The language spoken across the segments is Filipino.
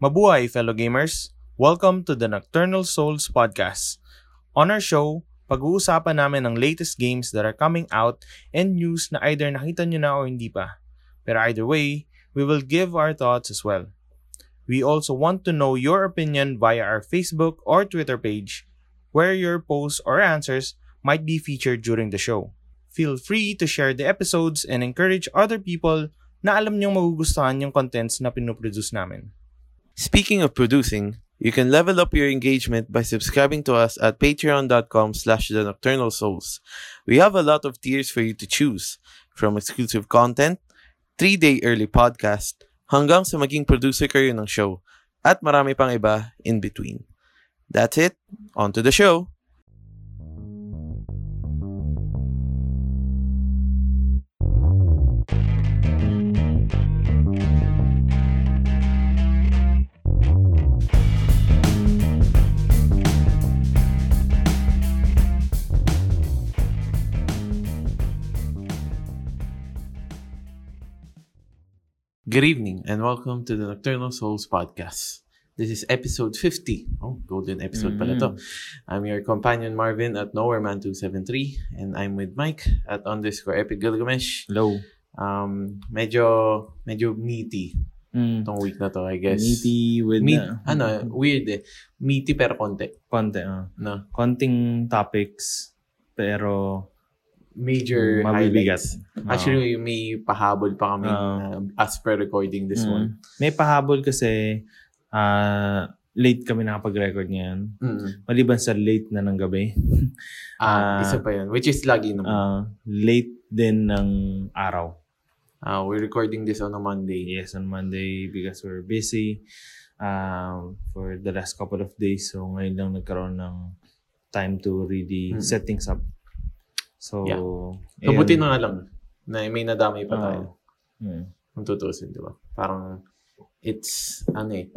Mabuhay, fellow gamers! Welcome to the Nocturnal Souls Podcast. On our show, pag-uusapan namin ang latest games that are coming out and news na either nakita nyo na o hindi pa. Pero either way, we will give our thoughts as well. We also want to know your opinion via our Facebook or Twitter page, where your posts or answers might be featured during the show. Feel free to share the episodes and encourage other people na alam niyong magugustuhan yung contents na pinoproduce namin. Speaking of producing, you can level up your engagement by subscribing to us at patreon.com slash the nocturnal souls. We have a lot of tiers for you to choose, from exclusive content, 3-day early podcast, hanggang sa maging producer kayo ng show, at marami pang iba in between. That's it. On to the show. Good evening and welcome to the Nocturnal Souls podcast. This is episode 50. Oh, golden episode pala to. Mm. I'm your companion Marvin at Nowhereman273 and I'm with Mike at underscore Epic Gilgamesh. Hello. Um, medyo, medyo meaty Mm. tong week na to, I guess. Meaty with Meat, na, ano, weird eh. Meaty pero konti. konti. ah. No? konting topics pero Mm, Major mabibigat. Ah, highlights. Actually, may pahabol pa kami Oo. na as per recording this Mm. one. May pahabol kasi ah, late kami nakapag-record ngayon. Mm. Maliban sa late na ng gabi. Ah. Ah, isa pa yun. Which is lagi naman. Ah, late din ng araw. Ah, we're recording this on a Monday. Yes, on Monday because we're busy um, for the last couple of days. So ngayon lang nagkaroon ng time to really Mm. set things up. So, Yeah. ayun. Kabuti na nga lang na may nadamay pa Oo. tayo. Mm. Kung tutusin, di ba? Parang it's, ano eh,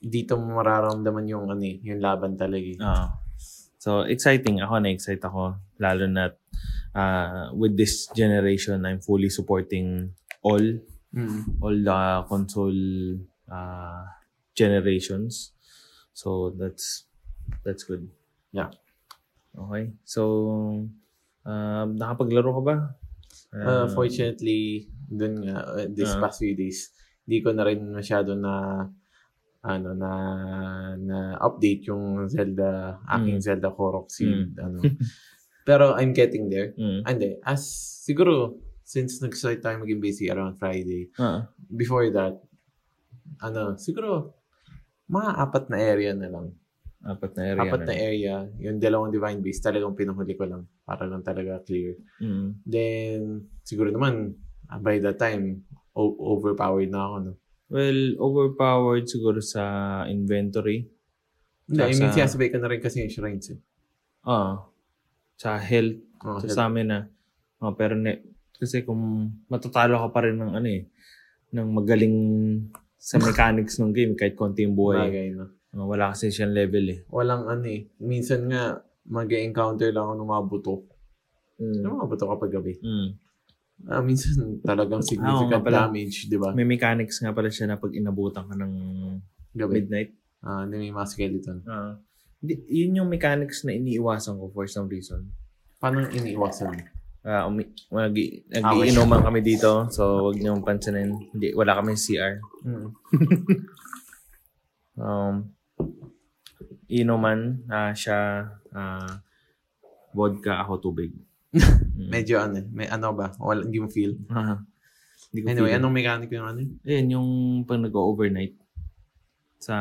dito mo mararamdaman yung, ano eh, yung laban talaga eh. Oo. So, exciting. Ako na-excite ako. Lalo na uh, with this generation, I'm fully supporting all, Mm. all the console uh, generations. So, that's that's good. Yeah. Okay. So, um, nakapaglaro ka ba? Uh, fortunately, dun nga, uh, this Ah. past few days, di ko na rin masyado na, ano, na, na update yung Zelda, aking Mm. Zelda Korok seed, ano. Pero I'm getting there. Mm. Ah, Hindi, as, siguro, since nag-start tayo maging busy around Friday, Ah, before that, ano, siguro, mga apat na area na lang. apat na area. apat na area. Yung dalawang divine beast, talagang pinuhuli ko lang. Para lang talaga clear. Mm. Then, siguro naman, ah, by that time, o- overpowered na ako. No? Well, overpowered siguro sa inventory. Hindi, I Nasa- mean, sinasabay ko na rin kasi yung shrines. Eh. Ah. Sa health Oh, So, sa amin na. Oh, pero ne, kasi kung matatalo ka pa rin ng ano eh, ng magaling sa mechanics ng game kahit konti yung buhay. bagay, no? Oh, wala kasi siyang level eh. Walang ano eh. Minsan nga, mag-encounter lang ako ng mga buto. Yung Mm. mga buto kapag gabi. Mm. Ah, minsan Ah, talagang nga significant pala. damage, di ba? May mechanics nga pala siya na pag inabutan ka ng Gabi. midnight. Ah, hindi may mga skeleton. Ah. Di, yun yung mechanics na iniiwasan ko for some reason. Paano iniiwasan? Ah, umi- mag- Away. nag-iinoman kami dito, so wag niyong pansinin. Hindi, wala kami CR. Mm. Um, inuman ah, siya, ah, vodka, ako tubig. Mm. Medyo ano, eh, may ano ba? Wala, hindi mo feel. Ah, Hindi ko Anyway, feel. anong mechanic yung ano? eh? Ayun, yung pag nag-overnight sa,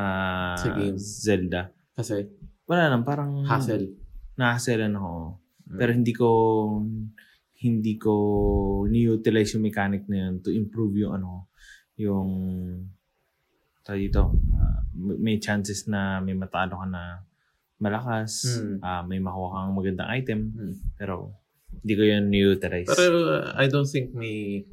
Sa game. Zelda. Kasi, Wala lang, parang hassle. nahasselan ako. Mm. Pero hindi ko hindi ko ni-utilize yung mechanic na yun to improve yung ano, yung tawag dito, ah, may chances na may matalo ka na malakas, Mm. ah, may makuha kang magandang item, Mm. pero hindi ko yun ni-utilize. Pero uh, I don't think may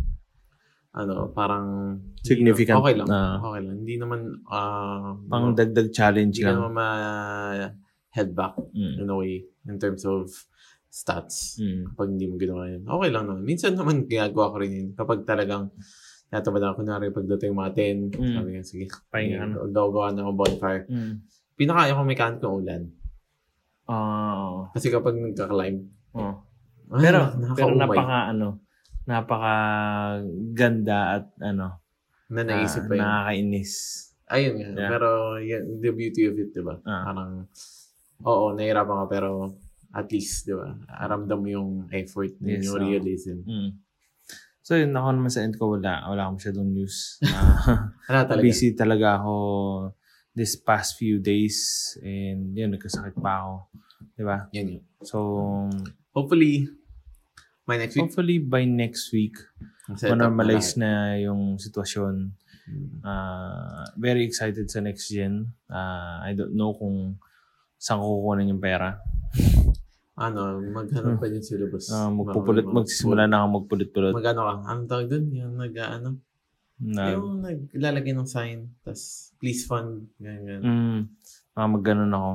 ano, parang Significant Okay lang. na- okay lang. Hindi naman ah, Pang ma- dagdag challenge hindi ka lang. naman ma head back Mm. in a way in terms of stats. Mm. Kapag hindi mo ginawa yun. Okay lang naman. Minsan naman ginagawa ko rin yun kapag talagang natamad ako kunwari pagdating mga 10. Mm. Sabi nga, sige. Pahinga na. Daw gawa ng bonfire. Mm. Pinakaya ko mechanic ng ulan. Oo. Kasi kapag nagka-climb, Oo. ay, Pero, nakaka- oh. pero umay. napaka ano, napaka ganda at ano, na naisip ah, pa yun. nakakainis. Ayun nga. Yeah. Pero yun, the beauty of it, di ba? Ah. Parang, oo, nahirapan ka pero at least, di ba? Aramdam mo yung effort, Yes, yung oo. realism. Mm. So yun, ako naman sa end ko wala, wala akong masyadong news. Ah, Ano talaga? busy talaga ako this past few days and yun, nagkasakit pa ako. Di ba? Yun yun. So, Hopefully, my next week, hopefully by next week, ang setup na normalize lahat. na yung sitwasyon. Mm. Ah, very excited sa next gen. Ah, I don't know kung saan ko kukunin yung pera. Ano, maghanap pa din syllabus. Ah, magpupulit, Marami mga- magsisimula na ako magpulit-pulit. Magano ka? Anong tawag dun? Yung nag, ano? Na, Yung naglalagay ng sign, tas please fund, ganyan, ganyan. mm, mga magganon ako.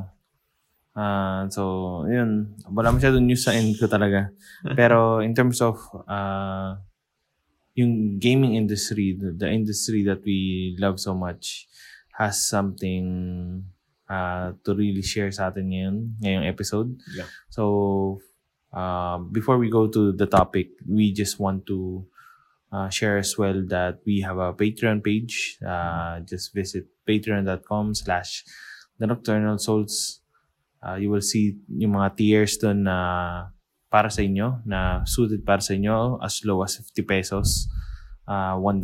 Ah, so, yun. Wala masyadong news sa end ko talaga. Pero in terms of ah, yung gaming industry, the, the industry that we love so much has something ah, to really share sa atin ngayon, ngayong episode. Yeah. So, uh, before we go to the topic, we just want to uh, share as well that we have a Patreon page. Uh, just visit patreon.com slash the Nocturnal Souls. Uh, you will see yung mga tiers dun na para sa inyo, na suited para sa inyo, as low as 50 pesos, uh, $1,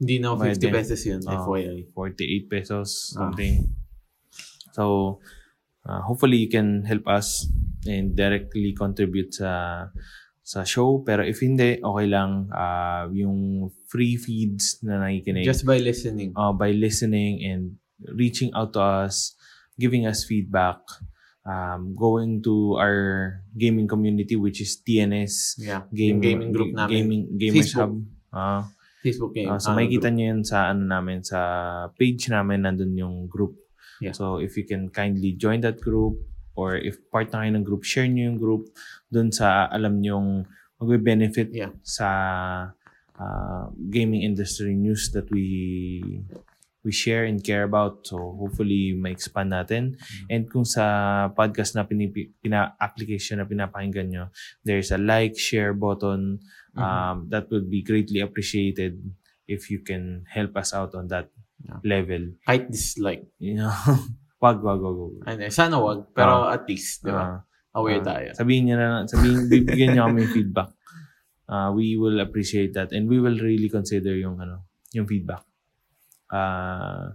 Hindi na Bayad 50 din. pesos yun, Oo. FYI. 48 pesos, Ah. something. So, uh, hopefully you can help us and directly contribute sa sa show. Pero if hindi, okay lang. Uh, yung free feeds na nakikinig Just by listening. uh, by listening and reaching out to us, giving us feedback, um, going to our gaming community which is TNS Yeah. Game, Yung gaming group namin. Gaming, Gamers Facebook. Hub. Ah. Facebook game. Ah, so ano, makikita group. nyo yun sa ano namin sa page namin nandun yung group. Yeah. So if you can kindly join that group or if part na kayo ng group, share nyo yung group dun sa alam nyong magbe-benefit Yeah. sa ah, gaming industry news that we we share and care about. So hopefully ma-expand natin. And kung sa podcast na pinipi- pina application na pinapakinggan nyo, there's a like, share button Mhm. um, that would be greatly appreciated if you can help us out on that Yeah. level. Kahit dislike. You know, wag, wag, wag, wag. Ano, sana wag, pero at least, di ba? Ah, Aware ah, tayo. Sabihin niyo na, sabihin, bibigyan niyo kami ng feedback. Ah, we will appreciate that and we will really consider yung ano, yung feedback. Ah,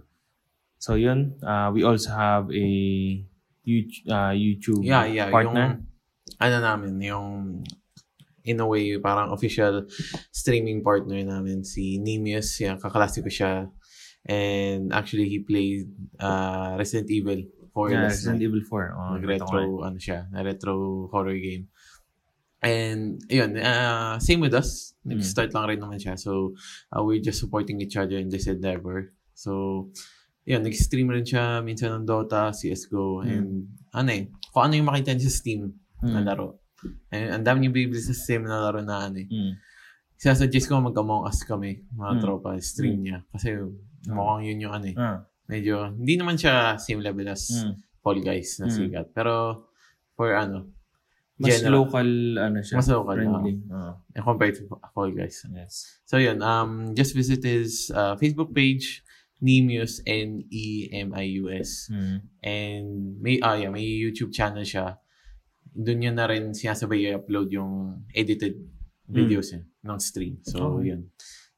so yun, ah, we also have a YouTube, YouTube Yeah, yeah. partner. Yung, ano namin, yung, in a way, parang official streaming partner namin, si Nemius. Yeah, kaklasiko ko siya. And actually, he played uh, Resident Evil 4 yeah, last night. Resident Evil 4. Oh, nakita ko nga. Nag-retro, ano siya, na retro horror game. And, yun, uh, same with us. Mm. Nag-start lang rin naman siya. So, uh, we're just supporting each other in this endeavor. So, yun, nag-stream rin siya minsan ng Dota, CSGO, Mm. and ano eh, kung ano yung makita niya sa Steam na Mm, laro. And ang dami niya bibili sa Steam na laro na ano eh. mm. Sinasuggest ko mag-among us kami, mga Mm. tropa, stream niya. Kasi mukhang yun yung ano eh. Ah, Medyo, hindi naman siya same level as mm. Fall Guys na Mm. sikat. Pero, for ano, Mas general, local, ano siya. Mas local, Friendly. Oo. eh, compared to Fall Guys. yes. So, yun, um, just visit his uh, Facebook page, Nemius, E N-E-M-I-U-S. Mm. And may, ah, yeah, may YouTube channel siya. Doon yun na rin sinasabay i-upload yung edited Hmm. videos eh, ng stream. So, Okay. yun.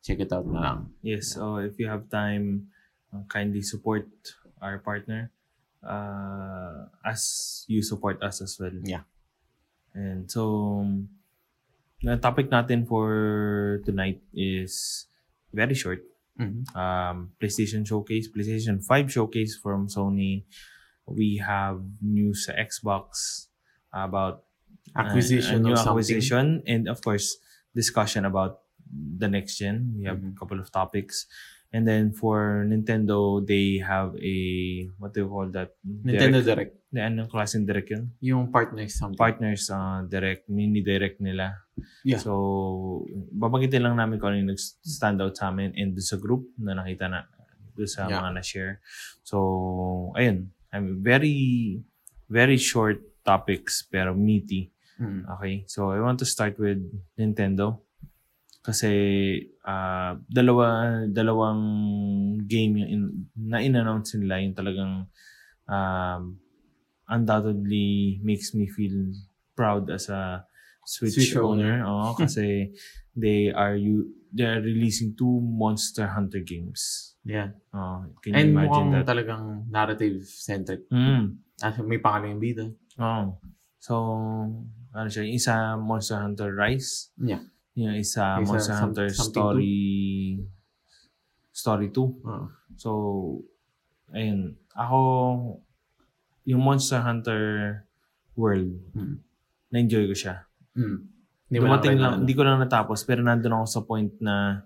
Check it out na lang. Yes, so if you have time, uh, kindly support our partner uh, as you support us as well. Yeah. And so, um, the topic natin for tonight is very short. Mhm. Um, PlayStation Showcase, PlayStation 5 Showcase from Sony. We have news sa Xbox about a Acquisition new or something. acquisition and of course discussion about the next gen we have Mhm. a couple of topics And then for Nintendo, they have a, what do you call that? Nintendo Direct. Na anong klaseng direct yun? Yung partners something. Partners uh, direct, mini-direct nila. Yeah. So, babanggitin lang namin kung ano yung nag-stand out sa amin and doon sa group na nakita na doon sa Yeah. mga na-share. So, ayun. I'm very, very short topics pero meaty. Mm. Okay. So, I want to start with Nintendo. Kasi ah, dalawa dalawang game yung in, na in-announce nila yung talagang um, undoubtedly makes me feel proud as a Switch, Switch owner. Oo, kasi they are you they are releasing two Monster Hunter games. Yeah. Oo, can you And imagine mukhang that? talagang narrative-centric. Mm. Ah, may pangalan yung bida. Oo. So, ano siya, yung isa Monster Hunter Rise. Yeah. Yung isa, Yung isa, Monster some- Hunter something Story Story 2. Oo. So, ayun. Ako, yung Monster Hunter World, Mm. na-enjoy ko siya. Mm. Hindi mo Dumating kailangan. lang, hindi ko lang natapos, pero nandun ako sa point na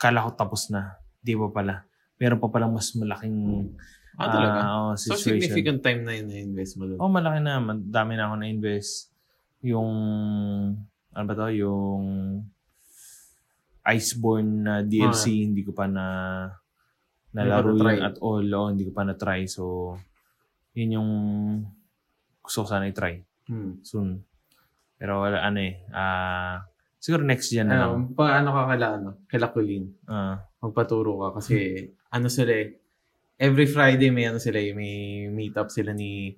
kala ko tapos na. Di ba pala? Meron pa palang mas malaking Ah, talaga? ah, oo, so, significant time na yun na-invest mo doon. Oh, malaki na. Madami na ako na-invest. Yung, ano ba to? Yung Iceborne na DLC, hindi ko pa na nalaro Ah. Hindi pa na-try. yun at all. Oh, hindi ko pa na-try. So, yun yung gusto ko sana i-try Hmm. soon. Pero wala, ano eh. ah, siguro next gen na lang. Ano, pa, ano ka kala, ano, kala Colleen, Ah, magpaturo ka kasi ano sila eh, every Friday may ano sila eh, may meet up sila ni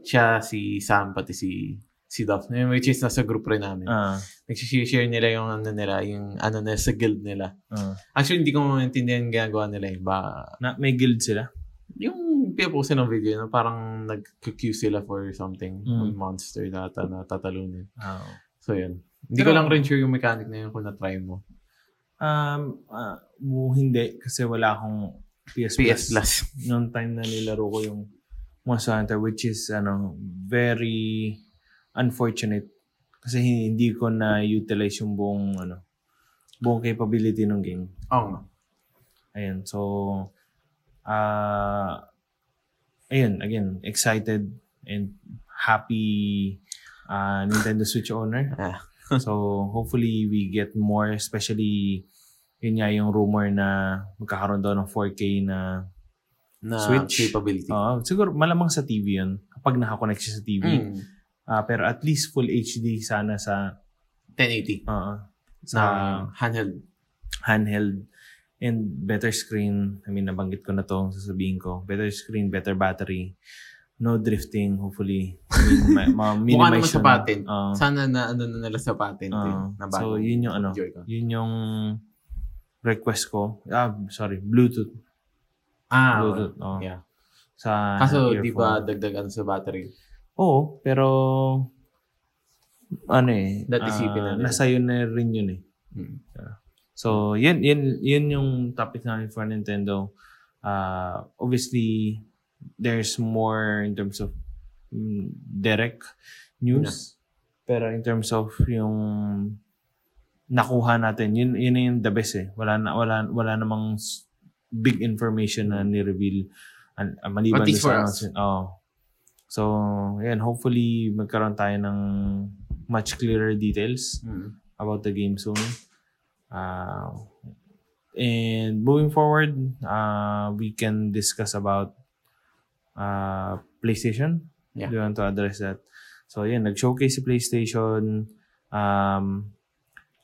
siya, si Sam, pati si si Duff, which is nasa group rin namin. ah, Nagsishare nila yung ano nila, yung ano nila sa guild nila. ah. Actually, hindi ko maintindihan yung ginagawa nila eh. Ba, Na, may guild sila. yung pinapost ng video na parang nag-queue sila for something, Mm. monster na, ata- na tatalunin. Ah, So, yun. Hindi Pero- ko lang rin sure yung mechanic na yun kung na-try mo. Um, ah, oh, hindi. Kasi wala akong PS Plus. PS Plus. noong time na nilaro ko yung Monster Hunter which is ano very unfortunate kasi hin- hindi ko na utilize yung buong ano buong capability ng game. Oo nga. Ayun. So ah ayun again excited and happy ah, Nintendo Switch owner. Ah. so hopefully we get more especially yun nga yung rumor na magkakaroon daw ng 4K na Na Switch. Oh. capability. Oo, siguro malamang sa TV yun kapag nakakonect siya sa TV. Mm. Ah, pero at least full HD sana sa 1080 oo, sa na handheld. handheld and better screen. I mean, nabanggit ko na to, sasabihin ko. Better screen, better battery. No drifting, hopefully. I mean, ma- ma- Mukha naman minimize yun. sa patent. Oo. Sana na ano na nila sa patent. eh, Oo. na Oh. so, bago. yun yung ano. Enjoy ko. Yun yung request ko. Ah, sorry. Bluetooth. Ah, Bluetooth. oo. yeah. Sa Kaso, di ba earphone. dagdag ano sa battery? Oo, pero ano eh, Dati ah, isipin na rin. nasa yun na rin yun eh. Mm. So, yun, yun, yun yung topic namin for Nintendo. Uh, obviously, there's more in terms of mm, direct news. Pero in terms of yung nakuha natin, yun, yun na yung the best eh. Wala, na, wala, wala namang s- big information na ni-reveal an, ah, maliban At least doon for us. announcement. Oo. So, yan. Hopefully, magkaroon tayo ng much clearer details Mm. about the game soon. Uh, and moving forward, uh, we can discuss about uh, PlayStation. Yeah. Do you want to address that? So, yun. Nag-showcase si PlayStation. Um,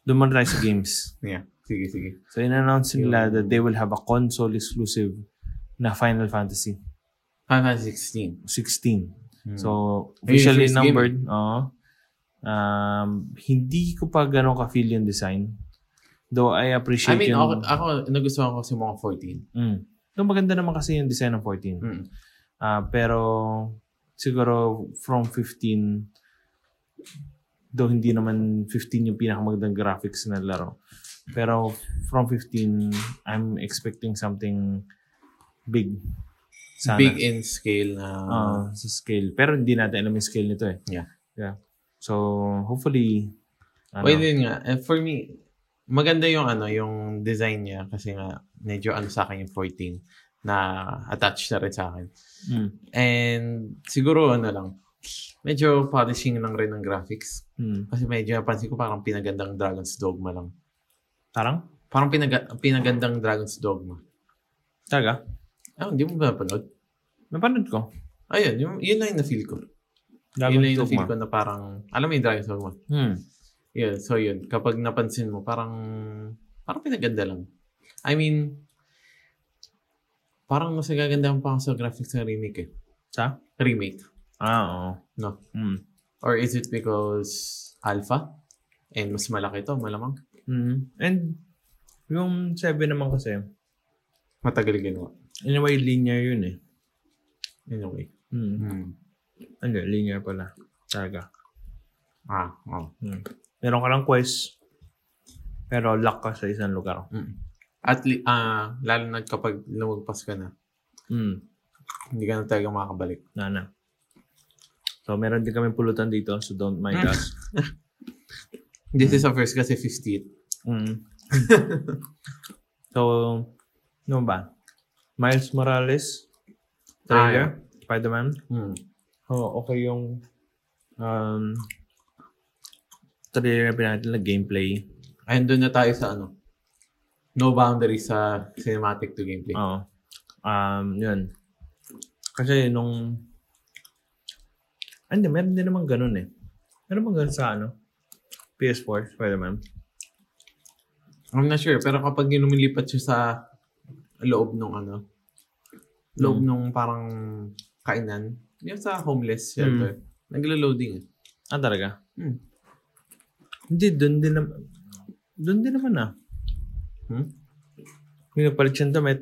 doon muna tayo sa games. Yeah. Sige, sige. So, in-announce nila Yung- that they will have a console exclusive na Final Fantasy Final Fantasy 16. 16. Mm. Hmm. So, Ayun, officially first game. numbered. Oo. Um, hindi ko pa ganun ka-feel yung design. Though I I appreciate mean, ako, yung... ako nagustuhan ko kasi mga 14. Mm. Though maganda naman kasi yung design ng 14. Mm. Ah, pero siguro from 15, though hindi naman 15 yung pinakamagandang graphics na laro. Pero from 15, I'm expecting something big. Sana. Big in scale na... Ah, sa scale. Pero hindi natin alam yung scale nito eh. Yeah. Yeah. So, hopefully, ano, Well, yun nga. And for me, maganda yung ano, yung design niya kasi nga medyo ano sa akin yung 14 na attached na rin sa akin. Mm. And siguro ano lang, medyo polishing lang rin ng graphics. Mm. Kasi medyo napansin ko parang pinagandang Dragon's Dogma lang. Parang? Parang pinaga- pinagandang Dragon's Dogma. Talaga? Ah, hindi mo ba napanood? Napanood ko. Ayun, yung, yun lang yung na-feel ko. yun lang yung na-feel ko na parang, alam mo yung Dragon's Dogma? Hmm. Yeah, so yun. Kapag napansin mo, parang, parang pinaganda lang. I mean, parang mas nagagandahan pa ako sa graphics ng remake eh. Sa? Remake. Ah, oo. No. Mm. Or is it because alpha? And mas malaki to, malamang. Mm. And yung 7 naman kasi, Matagal ginawa. in a way, linear yun eh. Anyway. Hmm. Mm. Ano, linear pala. Talaga. Ah, oh. Meron ka lang quest, pero lock ka sa isang lugar. Mm. At li- ah, lalo na kapag lumagpas ka na, Mm. hindi ka na talaga makakabalik. Nana. So, meron din kami pulutan dito, so don't mind Hmm. us. This is our first kasi 50th. Mm. so, ano ba? Miles Morales trailer, Spider-Man. Mm. Oh, okay yung um, trailer na pinatid na gameplay. Ayun, doon na tayo sa ano. No boundaries sa cinematic to gameplay. Oo. Oh. Um, yun. Kasi nung... ah, Hindi, meron din naman ganun eh. Meron bang ganun sa ano? PS4, Spider-Man. I'm not sure, pero kapag yung lumilipat siya sa loob nung ano, loob nung parang kainan, yung sa homeless shelter, naglo-loading eh. Ah, talaga? Hmm. Hindi, doon din naman. Doon din naman ah. Hmm? Yung nagpalit siyang damit.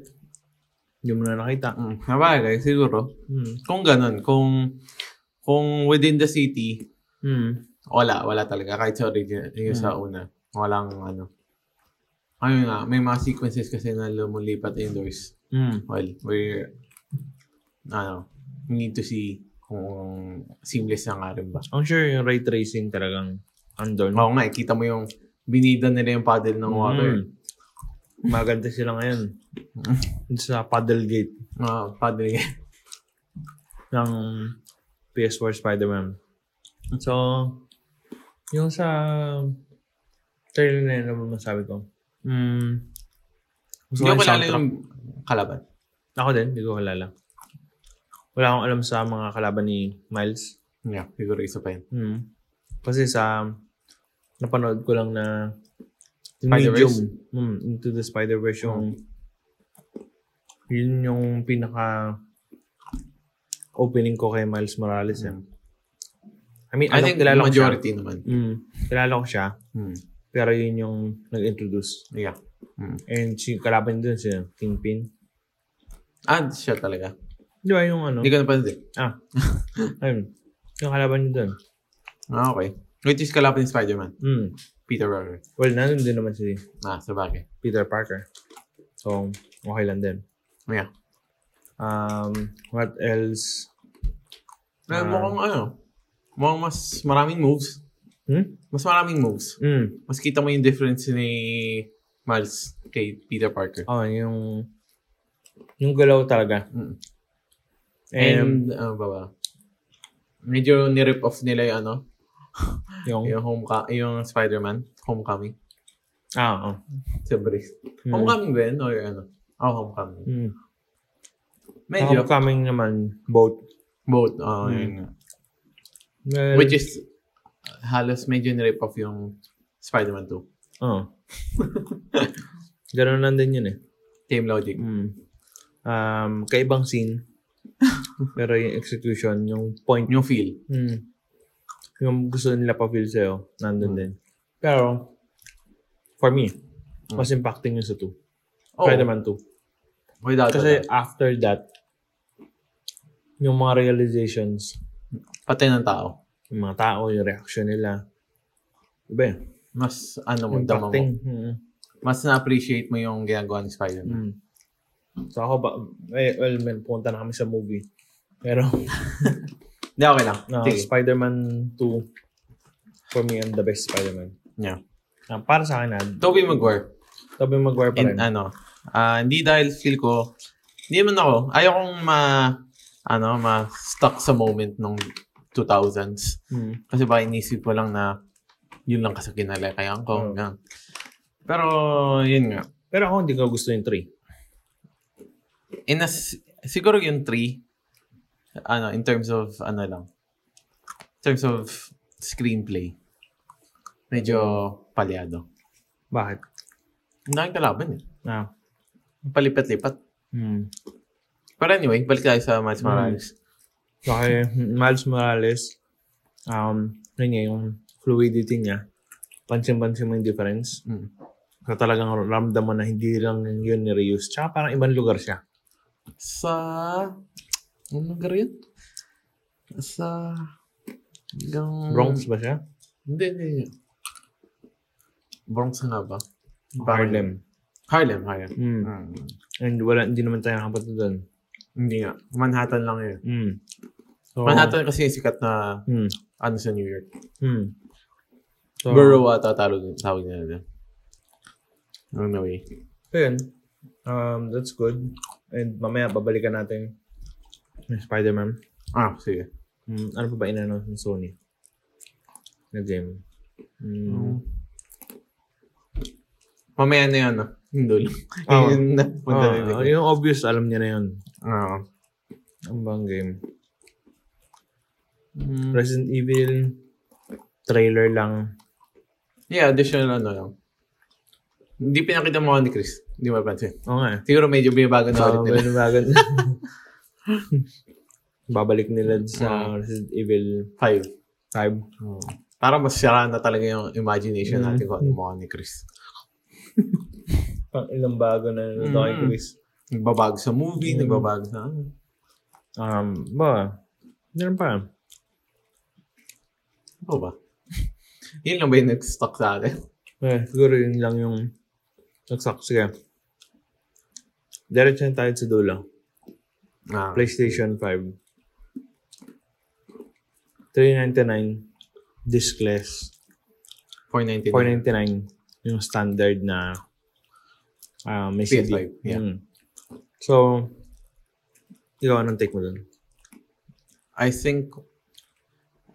Hindi mo na nakita. Mm, nabagay, siguro. Hmm. Kung ganun, kung kung within the city, Hmm. wala, wala talaga. Kahit sa original, yung sa una, walang ano. Ayun nga, may mga sequences kasi na lumulipat indoors. Hmm. Well, we're, ano, we need to see kung seamless na nga rin ba. Ang sure yung ray tracing talagang andon. Oo nga, eh, kita mo yung binida nila yung paddle ng water. Hmm. Maganda sila ngayon. Sa paddle gate Ah, paddle niya. ng PS4 Spider-Man. So, yung sa trailer na yun, ano ba masabi ko? Hmm. Gusto ko Hindi ko yung kilala soundtrack. yung kalaban. Ako din, hindi ko kilala. Wala akong alam sa mga kalaban ni Miles. Yeah, siguro isa pa yun. Hmm. Kasi sa napanood ko lang na yung medium, Spider-Verse? Hmm. hmm, Into the Spider-Verse yung yun yung pinaka opening ko kay Miles Morales. eh. I mean, alam, I think kilala ko siya. Ano, majority naman. Hmm, kilala ko siya. Hmm. Pero yun yung nag-introduce. Yeah. Hmm. And si kalaban dun si Kingpin. Ah, siya talaga. Di ba yung ano? Hindi ko napanood eh. Ah. Ayun. Yung kalaban niya doon. Ah, okay. Which is kalaban ni Spider-Man. Mm. Peter Parker. Well, nandun din naman si Ah, sa bagay. Peter Parker. So, okay lang din. Yeah. Um, what else? Pero Ah. mukhang ano, mukhang mas maraming moves. Hmm? Mas maraming moves. Mm. Mas kita mo yung difference ni Miles kay Peter Parker. Oh, yung... Yung galaw talaga. Mm. And, And, ano ba ba? Medyo nirip off nila yung ano, yung... Yung home yung Spider-Man, Homecoming. Ah, oo. Sa Breeze. Mm. Homecoming ba yun? Or ano? Oh, Homecoming. Mm. Medyo. Homecoming naman, both. Both. Oh, Mm. yun nga. Well, Which is, uh, halos medyo nirip off yung Spider-Man 2. Oo. Ganun lang din yun eh. Team Logic. Mm. Um, kaibang scene. pero yung execution, yung point Yung feel. Mm. Yung gusto nila pa-feel sa'yo, nandun Mm. din. Pero, for me, Hmm. mas impacting yun sa 2. Oh, Spider-Man 2. Without Kasi a doubt. after that, yung mga realizations, Pati ng tao. yung mga tao, yung reaction nila, iba yun. Mas, ano mo, dama Impacting. mo. Mm, Mas na-appreciate mo yung ginagawa ni Spider-Man. mm. So ako ba, eh, well, man, punta na kami sa movie. Pero, Hindi, okay lang. no, Sige. Spider-Man 2, for me, I'm the best Spider-Man. Yeah. Ah, para sa akin, ah, Tobey Maguire. Tobey Maguire pa In, rin. ano, ah, hindi dahil feel ko, hindi man ako, ayaw kong ma, ano, ma-stuck sa moment nung 2000s. Hmm. Kasi baka inisip ko lang na yun lang kasi kinalakayan Oo. ko. ganun. Pero, yun nga. Pero ako, hindi ko gusto yung 3. In a s- siguro yung three, ano, in terms of, ano lang, in terms of screenplay, medyo palyado. Bakit? Ang daming kalaban eh. Ah. Palipat-lipat. Hmm. Pero anyway, balik tayo sa Miles Morales. Okay, Miles Morales, um, yun nga, yung fluidity niya, pansin-pansin mo yung difference. Mm. So talagang ramdam mo na hindi lang yun ni-reuse. Tsaka parang ibang lugar siya. Sa... Anong lugar yun? Sa... Hanggang... Bronx ba siya? Hindi, hindi, hindi. Bronx nga ba? Parang- Harlem. Harlem, Harlem. Mm. Mm. And wala, hindi naman tayo nakapunta doon. Hindi nga. Manhattan lang yun. Mm. So, Manhattan kasi yung sikat na Mm. ano sa New York. Mm. So, Borough ata tawag, tawag nila doon. Anyway. so yun. Um, that's good. And mamaya, babalikan natin yung Spider-Man. Ah, sige. Mm, ano pa ba in-announce ng Sony? Na game. Hmm. Mm. Mamaya na yun, no? Yung dulo. Oo. yun Ah. na. Punta Ah, na dito. yung obvious, alam niya na yun. Oo. Ang bang game. Mm. Resident Evil, trailer lang. Yeah, additional ano lang. Hindi pinakita mo ni Chris. Hindi mo napansin. Oo nga. eh. Siguro medyo binabago na Ah, ulit nila. binabagan. Babalik nila sa Resident Evil Five. 5. Para mas sira na talaga yung imagination Mm. natin kung ano mukha ni Chris. Pang ilang bago na nito kay Mm. Chris. Nagbabago sa movie, Mm. nagbabago sa ano. Um, ba? Meron pa. Ano ba? Yun lang ba yung nag-stuck sa atin? Eh, siguro yun lang yung nagsak. Sige. Diretso na tayo sa dulo. Ah, PlayStation 5. 399 diskless. 499. 499 yung standard na ah may CD. PS5, yeah. Mm. So, ikaw, anong take mo dun? I think,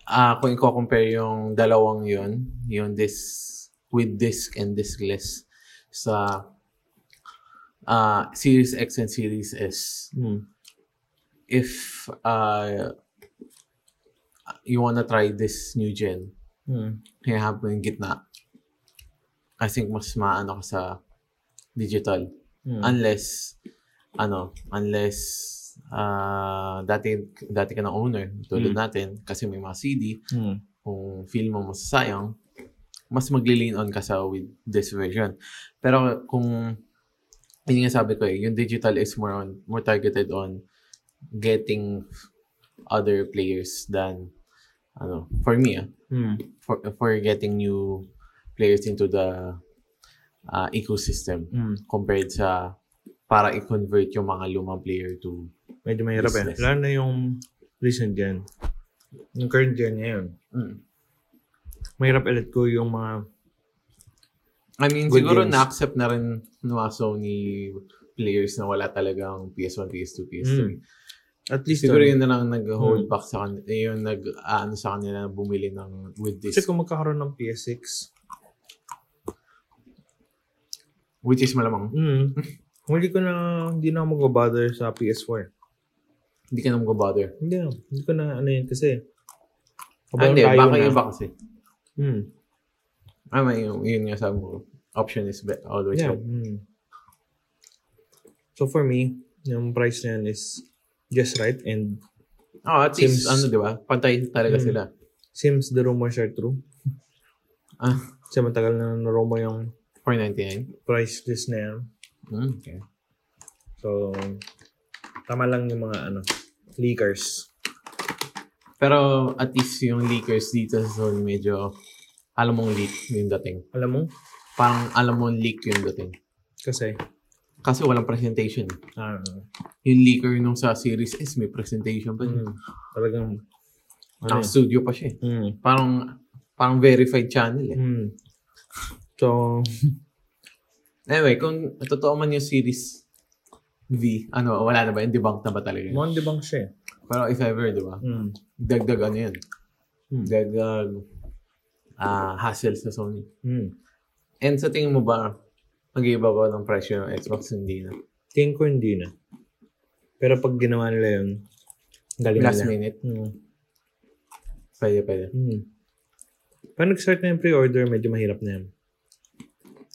ah kung i-compare yung dalawang yun, yung this, with disc and discless, sa ah Series X and Series S, Mm. if uh, you wanna try this new gen, Mm. hinahap mo yung gitna. I think mas maano ka sa digital. Mm. Unless, ano, unless ah dati, dati ka ng owner, tulad Mm. natin, kasi may mga CD, Mm. kung feel mo masasayang, mas magli-lean on ka sa with this version. Pero kung, yun nga sabi ko eh, yung digital is more on, more targeted on getting other players than, ano, for me ah, Mm. for, for getting new players into the uh, ecosystem Mm. compared sa para i-convert yung mga lumang player to Medyo mahirap eh. Useless. Lalo na yung recent gen. Yung current gen ngayon. mm, Mahirap ulit ko yung mga I mean, Good siguro games. na-accept na rin ng mga Sony players na wala talagang PS1, PS2, PS3. Mm. at least Siguro yun. yun na lang Hmm. nag-hold back sa kanila. Yung nag, ano sa kanila na bumili ng with this. Kasi kung magkakaroon ng PS6, Which is malamang, mm, hindi ko na, hindi na ako mag-bother sa PS4. hindi ka na mag-bother. Hindi na, hindi ko na ano yun kasi. Ah, hindi, Habang tayo baka na- iba kasi. Mm, Ah, may, yun, yun nga sabi ko. Option is be- always yeah. better. mm. So for me, yung price na yun is just right and Oh, at least, Seems- ano, di ba? Pantay talaga Mm. sila. seems the rumors are true. Ah. Kasi matagal na rumor yung 499. price list na yan. Mm, okay. So, tama lang yung mga ano, leakers. Pero at least yung leakers dito sa zone medyo alam mong leak yung dating. Alam mo? Parang alam mong leak yung dating. Kasi, Kasi walang presentation. ah, Yung leaker nung sa Series S may presentation pa. mm, siya. talagang, ano Ang yun? studio pa siya. eh. Mm, Parang parang verified channel eh. mm. So, anyway, kung totoo man yung series V, ano, wala na ba? Yung debunk na ba talaga? yun? Mukhang debunk siya eh. Pero if ever, di ba? Mm. Dagdag ano yun? Dagdag ah hassle sa Sony. Mm. And sa tingin mo ba, mag-iba ba ng presyo ng Xbox? Hindi na. Tingin ko hindi na. Pero pag ginawa nila yun, galing Last nila. minute? Mm. Pwede, pwede. Mm. Pag nag-start na yung pre-order, medyo mahirap na yan.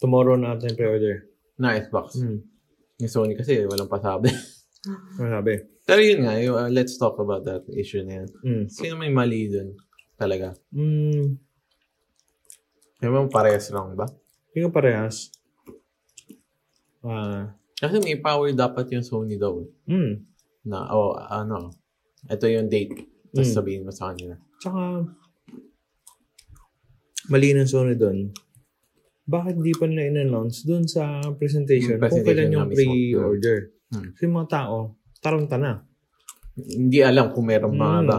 Tomorrow na ata yung pre-order. Na Xbox. Mm. Yung Sony kasi, walang pasabi. Ano sabi? Pero yun nga, yung, uh, let's talk about that issue na yan. Mm. Sino may mali dun? Talaga. Mm. Yung bang parehas lang ba? Hindi ko parehas. Ah. Kasi may power dapat yung Sony daw. eh. mm. Na, oh, ano, ito yung date. Tapos Mm. sabihin mo sa kanila. Tsaka, mali ng Sony doon. Bakit di pa nila in-announce doon sa presentation, Yung kung presentation kailan na yung mismo. pre-order? Hmm. Kasi yung mga tao, taranta na, Hindi alam kung meron mga Mm. ba.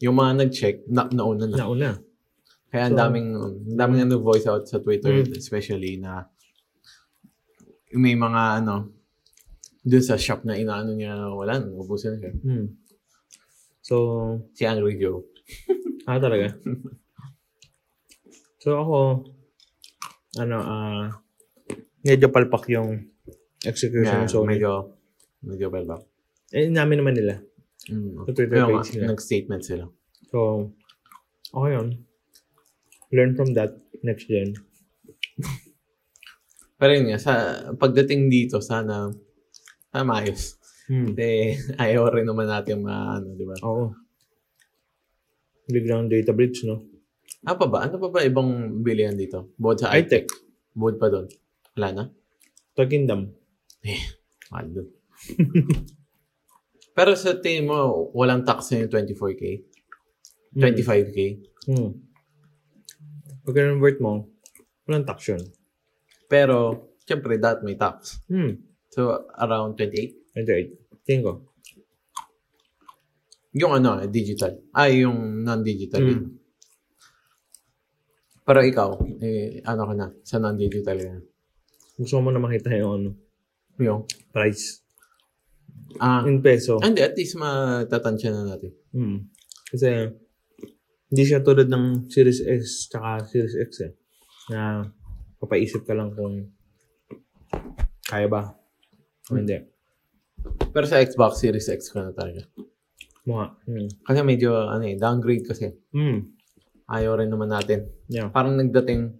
Yung mga nag-check, na, nauna na. nauna. Kaya So- ang hmm. daming, ang daming ano voice out sa Twitter, Mm. especially na may mga ano, dun sa shop na inaano niya, wala, na, ubusin na siya. Hmm. So, Si Angry Joe. ah talaga. so ako, ano, ah, medyo palpak yung execution Yeah, ng Sony. medyo, medyo balbak. Eh, namin naman nila. Mm. Sa Twitter Kaya nga, page nila. Nag-statement sila. So, okay yun. Learn from that next gen. Pero yun nga, sa, pagdating dito, sana, sana maayos. Hmm. Kasi ayaw rin naman natin ma, ano, di ba? Oo. Biglang data breach, no? Ah, pa ba? Ano pa ba ibang bilihan dito? Bukod sa IT? Itech. Bukod pa doon? Wala na? To Kingdom. Mahal doon. Pero sa tingin mo, walang tax na yung 24K? 25K? Hmm. Pag convert mo, walang tax yun. Pero, syempre, that may tax. Hmm. So, around 28? 28. Tingin ko. Yung ano, eh, digital. Ah, yung non-digital. Mm. yun. Pero ikaw, eh, ano ka na, sa non-digital yun. Gusto mo na makita yung ano, Yung, price. ah, In peso. hindi, at least matatansya na natin. Hmm. Kasi, hindi siya tulad ng Series S tsaka Series X eh. Na, papaisip ka lang kung kaya ba o hindi. Pero sa Xbox Series X ko na talaga. Mukha. Hmm. Kasi medyo, ano eh, downgrade kasi. Hmm. Ayaw rin naman natin. Yeah. Parang nagdating,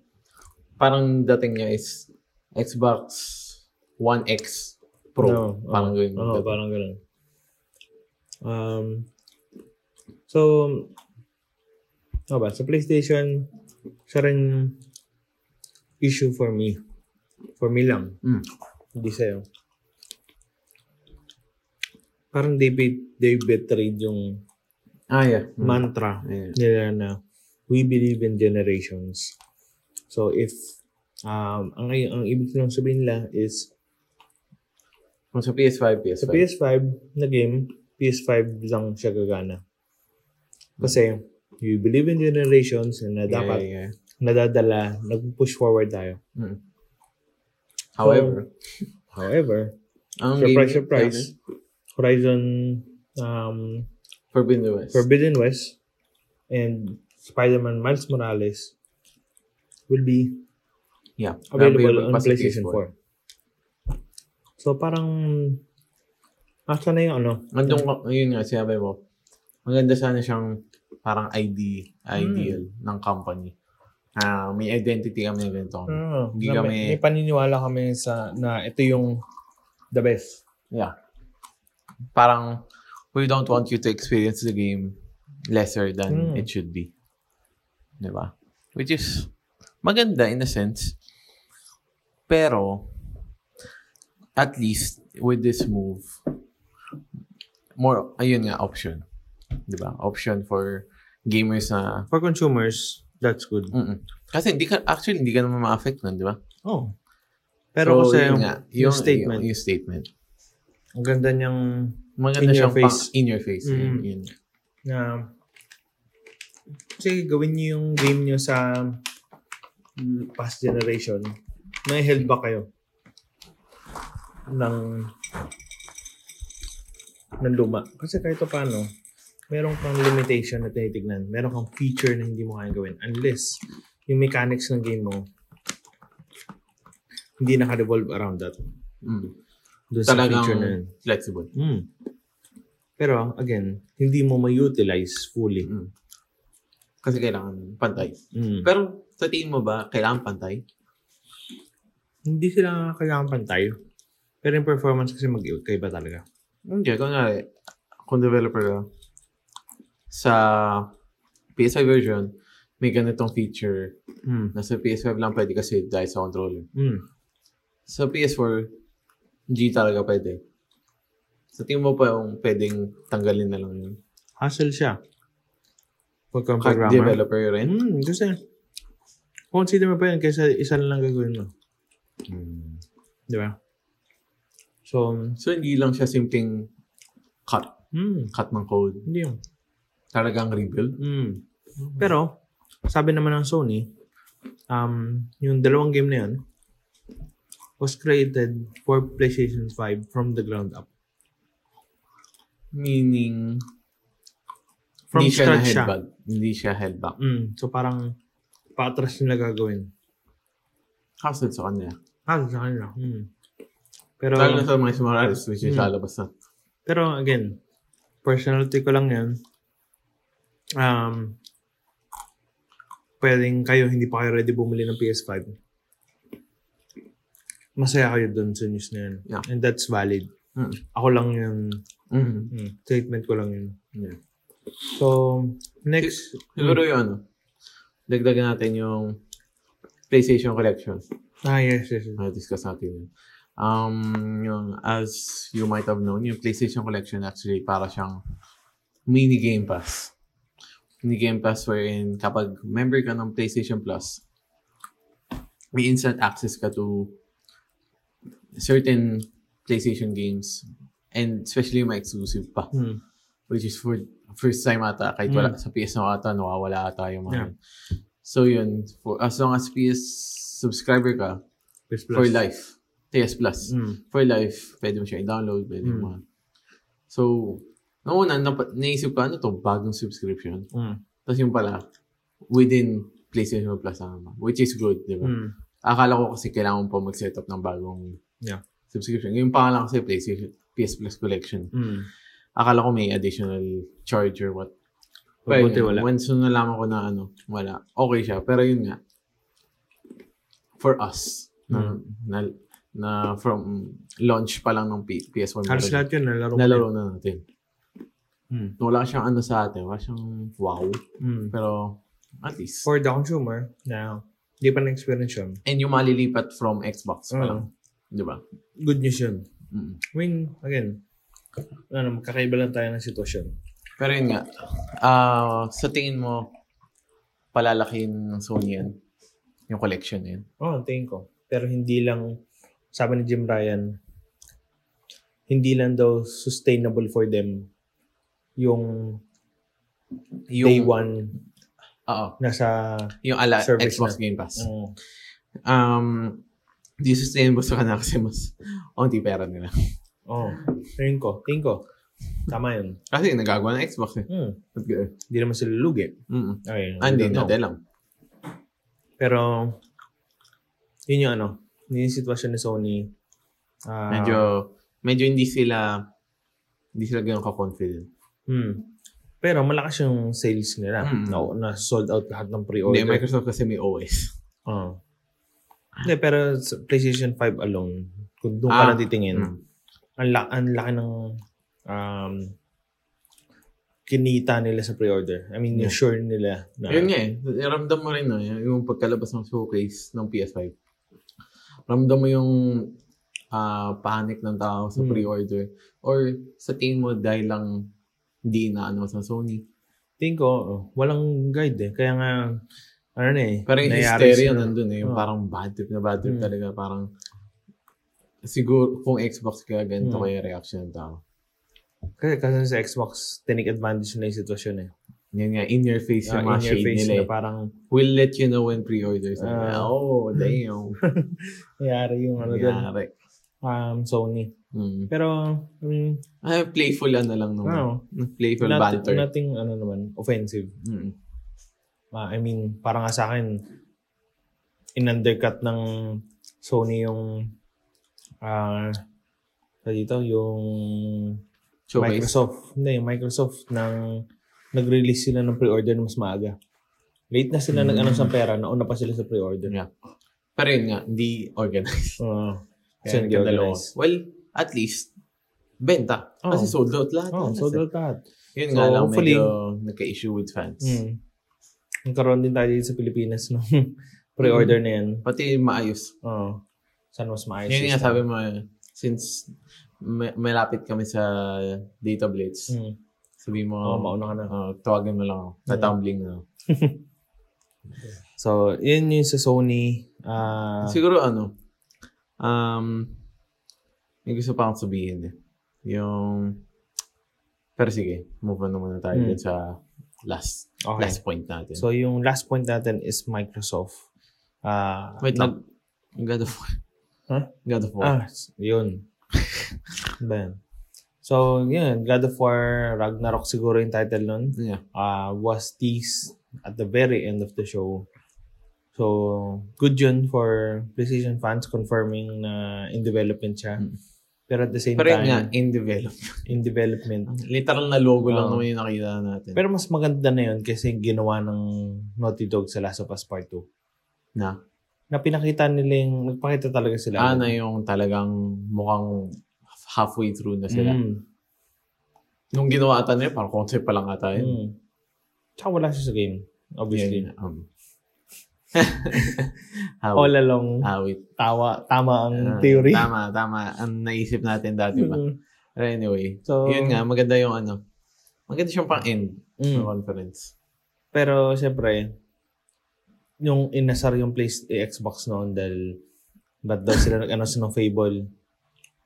parang dating niya is Xbox One X Pro. No, oh, parang oo. ganyan. Oo, nagdating. parang ganun. Um, so, ano ba? Sa PlayStation, siya rin issue for me. For me lang. Mm. Hindi sa'yo. Parang they, bet- they betrayed yung Ah, yeah. Mm. mantra Yeah. nila na we believe in generations. So if um, ang, ang ibig nilang sabihin nila is Kung sa PS5, PS5. Sa PS5 na game, PS5 lang siya gagana. Kasi, you believe in generations na Yeah, dapat yeah, yeah. nadadala, nag-push forward tayo. However, However, ang surprise, game- surprise, Ano? Horizon um, Forbidden West. Forbidden West and Spider-Man Miles Morales will be yeah. available on pa sa PlayStation 4. So, parang Asa na yung ano? Andun, ka- yun nga, sinabi mo. Maganda sana siyang parang ID, ideal ng company. Ah, may identity kami na ganito. Ah, Hindi na kami- may, may paniniwala kami sa na ito yung the best. Yeah. Parang, we don't want you to experience the game lesser than Mm. it should be. Di ba? Which is, maganda in a sense. Pero, at least, with this move, more, ayun nga, option. Di ba? Option for gamers na, For consumers, that's good. mm Kasi hindi ka, actually, hindi ka naman ma-affect nun, di ba? Oh. Pero So, kasi yun yung, nga, yung yung- statement, Yung, yung statement. ang ganda niyang In Maganda your siyang face. pang- in your face. Yun, Mm. yun. na kasi gawin niyo yung game niyo sa mm, past generation, na-held back kayo ng ng luma. Kasi kahit pa paano, meron kang limitation na tinitignan. Meron kang feature na hindi mo kaya gawin. Unless, yung mechanics ng game mo, hindi naka-revolve around that. Mm. Doon sa Talagang feature na yun. flexible. Mm. Pero, again, hindi mo ma-utilize fully. Mm. Kasi kailangan pantay. Mm. Pero sa tingin mo ba, kailangan pantay? Hindi sila kailangan pantay. Pero yung performance kasi magkaiba talaga. Hindi, kunwari, kung developer ka, sa PS5 version, may ganitong feature Mm. na sa PS5 lang pwede kasi dahil sa controller. Mm. Sa PS4, G talaga pwede. Sa tingin mo pa yung pwedeng tanggalin na lang yun. Hassle siya. Pag kang Kahit programmer. developer rin. Mm, kasi, consider mo pa yun kaysa isa na lang gagawin mo. Di ba? So, So, hindi lang siya simpleng cut. mm, Cut ng code. hindi yun. Talagang rebuild. Mm. Pero, sabi naman ng Sony, um, yung dalawang game na yun was created for PlayStation 5 from the ground up. Meaning, From hindi siya na scratch siya. headbag. Hindi siya headbag. Mm, so parang patras nila gagawin. Castle sa kanya. Ah, sa kanila. Mm. Pero, Lalo na sa mga Morales, which is Hmm. lalabas na. Pero again, personality ko lang yan. Um, pwedeng kayo, hindi pa kayo ready bumili ng PS5. Masaya kayo dun sa news na yun. Yeah. And that's valid. Mm. Ako lang yung Mm-hmm. statement ko lang yun. Yeah. So, next. Siguro yung ano, dagdagan natin yung PlayStation Collection. Ah, yes, yes. yes. Na-discuss natin yun. Um, yung, as you might have known, yung PlayStation Collection actually para siyang mini Game Pass. Mini Game Pass wherein kapag member ka ng PlayStation Plus, may instant access ka to certain PlayStation games and especially yung mga exclusive pa. Mm. which is for first time ata kahit wala sa PS na ata nawawala ata yung mga Yeah. yun. so yun for as long as PS subscriber ka PS for life PS Plus Mm. for life pwede mo siya i-download pwede Mm. mo so noong una nap- naisip ko ano to bagong subscription Mm. tapos yung pala within PlayStation Plus na naman which is good di ba Mm. akala ko kasi kailangan pa mag-set up ng bagong Yeah. subscription yung pangalan kasi PlayStation PS Plus collection Mm. akala ko may additional charge or what. Pero Mabuti yun, wala. once nung nalaman ko na ano, wala. Okay siya. Pero yun nga, for us, Hmm. na, na, na from launch pa lang ng P- PS1, Halos meron- lahat yun, nalaro ko nalaro na natin. Mm. Wala siyang ano sa atin, wala siyang wow. yun. Mm. Pero at least. For the consumer, na hindi pa na-experience yun. And yung malilipat from Xbox pa Mm. lang. Di ba? Good news yun. Mm. I mean, again, ano, magkakaiba lang tayo ng sitwasyon. Pero yun nga, ah, sa tingin mo, palalakihin ng Sony yan? Yung collection na yun? Oo, oh, tingin ko. Pero hindi lang, sabi ni Jim Ryan, hindi lang daw sustainable for them yung, day one Oo. nasa... mm, Yung ala, Service na. Xbox Hmm. Game Pass. oo. Um, di sustainable sa kanila kasi mas onti pera nila. Oo. oh, tingin ko, tingin ko. Tama yun. Kasi nagagawa ng Xbox eh. Hmm. Not good. Hindi naman sila lugi. Mm-mm. Okay, Ah, hindi we don't know. natin lang. Pero, yun yung ano, yun yung sitwasyon ni Sony. Ah, Medyo, medyo hindi sila, hindi sila ganun ka-confident. Hmm. Pero malakas yung sales nila. Mm. Na, na sold out lahat ng Hindi, pre-order. Microsoft kasi may OS. Oo. Hindi, pero sa PlayStation 5 alone, kung doon Ah. ka lang titingin, Mm. ang, la- ang laki ng um, kinita nila sa pre-order. I mean, Yeah. yung sure nila na Hmm. Yun nga eh. Ramdam mo rin no, yung pagkalabas ng showcase ng PS5. Ramdam mo yung ah, panic ng tao sa Hmm. pre-order. Or sa tingin mo dahil lang hindi na-announce ng Sony. tingin ko, oh, walang guide eh. Kaya nga, ano na eh. Parang yung nangyari hysteria sila. nandun eh. Yung Oo. parang bad trip na bad trip Mm. talaga. Parang siguro kung Xbox ka, ganito Mm. kaya reaction ng tao. Kasi kasi sa Xbox, tinake advantage na yung sitwasyon eh. Yan nga, in your face Ah, yung mga in your shade face nila. na eh. parang We'll let you know when pre-orders. Ah. oh, damn. nangyari yung ano doon. Nangyari. Um, Sony. Mm. Pero, um, Ay, playful ano lang naman. ano, Playful not, banter. nothing ano naman, offensive. Mm. Ah, I mean, parang nga sa akin, in-undercut ng Sony yung ah uh, dito, yung Showcase. Microsoft. Hindi, yung Microsoft nang nag-release sila ng pre-order na mas maaga. Late na sila Mm. nag-announce ng pera, nauna pa sila sa pre-order. Ah, Pero yun nga, hindi organized. Oo. Kaya Kasi hindi nagkadalawa. organized. Well, at least, benta. Oo. Kasi sold out lahat. Oh, Ano so sa- good lahat. Yun So, nga lang, hopefully- medyo nagka-issue with fans. Mm. Nagkaroon din tayo dito sa Pilipinas ng pre-order na yan. Pati maayos. Oo. Sana mas maayos. Hmm. yun nga system. sabi mo, eh, since ma- malapit kami sa Data Blitz, Mm. sabi mo, Oo, mauna ka na. ah, tawagan mo lang ako. Natumbling na. ako. So, yun yung sa Sony. ah Siguro ano, um, may gusto pa akong sabihin eh. Yung, pero sige, move on na muna tayo Mm. dun sa last okay. last point natin. So, yung last point natin is Microsoft. ah Wait nag- lang. God of War. Huh? God of War. Ah, s- yun. Then, so, yun. God of War, Ragnarok siguro yung title nun. Yeah. ah was teased at the very end of the show. So, good yun for PlayStation fans confirming na in development siya. Mm. Pero at the same Pero yun time, nga, in develop. in development. Literal na logo lang Oo. naman yung nakita natin. Pero mas maganda na yun kasi ginawa ng Naughty Dog sa Last of Us Part 2. Na? Na pinakita nila yung, nagpakita talaga sila. ah, na yung talagang mukhang halfway through na sila. Mm, Nung ginawa ata nila, parang concept pa lang ata yun. mm. Tsaka wala siya sa game. Obviously. Yun, um, Hawit. All along, Hawit. tawa, tama ang Ah, theory. Tama, tama. Ang naisip natin dati ba? Mm. Oh. Pero anyway, So, yun nga, maganda yung ano. Maganda siyang pang-end mm. ng conference. Pero syempre, yung inasar yung place eh, Xbox noon dahil ba't daw sila nag-announce ng Fable?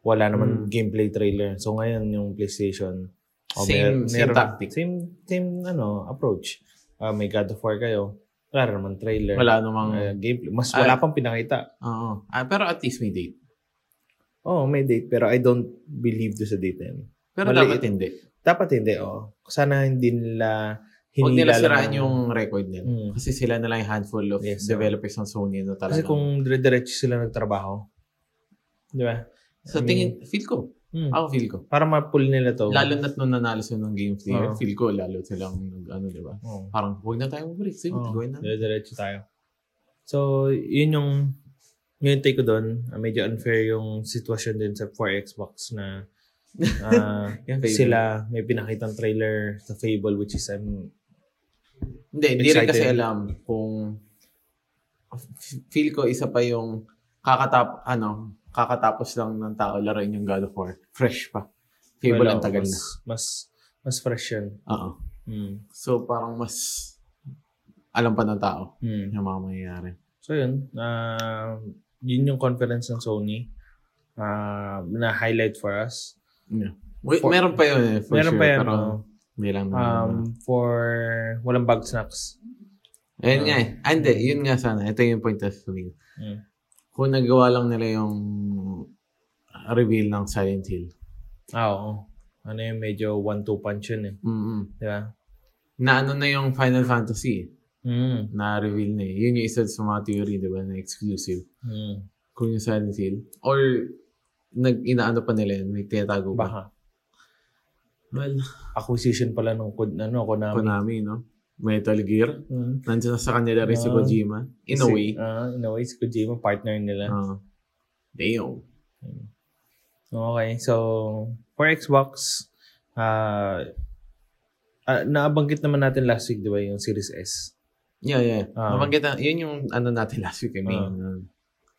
Wala naman Mm. gameplay trailer. So ngayon yung PlayStation. oh, Same- mer- same meron- tactic. Same, same ano, approach. Ah, may God of War kayo. Wala naman trailer. Wala namang... Ah, gameplay. Mas wala Ah. pang pinakita. Oo. Ah, pero at least may date. Oo, oh, may date. Pero I don't believe do sa date na yun. Pero Maliit. dapat hindi. Dapat hindi, oo. Sana hindi nila Huwag nila hinila lang sirain ang- yung record nila. Mm. Kasi sila na lang yung handful of Yes, so- developers ng Sony na talaga. Kasi kung dire-diretso sila nagtrabaho, di ba? Sa I mean- tingin, feel ko. Mm. Ako feel ko. Para ma-pull nila to. Ah. Lalo na't nung nanalo sila ng Game of the Year, Oo. feel ko lalo silang nag, ano, di ba? Oo. Parang, huwag na tayo mabalik. Sige, Oo. gawin na. Dire-diretso tayo. So, yun yung yun yung take ko doon. Ah, medyo unfair yung sitwasyon din sa for Xbox na ah, Yan, favorite. sila may pinakitang trailer sa Fable which is um, I'm Hindi, hindi rin kasi Excited. alam kung f- feel ko isa pa yung kakatap, ano, kakatapos lang ng tao laruin yung God of War. Fresh pa. Fable wala, ang tagal mas, na. Mas, mas fresh yun. Oo. Mm. So, parang mas alam pa ng tao Mm. yung mga mangyayari. So yun, ah, yun yung conference ng Sony ah, na highlight for us. Wait, For- meron pa yun eh, for Meron sure. pa yan, pero no? hindi lang naman. um, for walang bag snacks. Ayun nga eh. Ah, hindi, yun nga sana. Ito yung point of view. Mm. Kung nagawa lang nila yung reveal ng Silent Hill. Ah, oo. Ano yung medyo one-two punch yun eh. Mm-mm. Di ba? Na ano na yung Final Fantasy eh. Mm. na-reveal na eh. Yun yung isa sa mga theory, di ba, na exclusive. Mm. Kung yung Silent Hill. Or, nag inaano pa nila yun, may tinatago pa. Baka. Well, Acquisition pala nung kod, ano, Konami. Konami, no? Metal Gear. Mm. Nandiyan na sa kanya rin si Ah. Kojima. In a Si- way. ah, in a way, si Kojima, partner nila. Uh, damn. Okay, so for Xbox, ah ah, naabanggit naman natin last week, di ba, yung Series S. Yeah, yeah. Ah. Nabanggit na, yun yung ano natin last week, I mean. uh,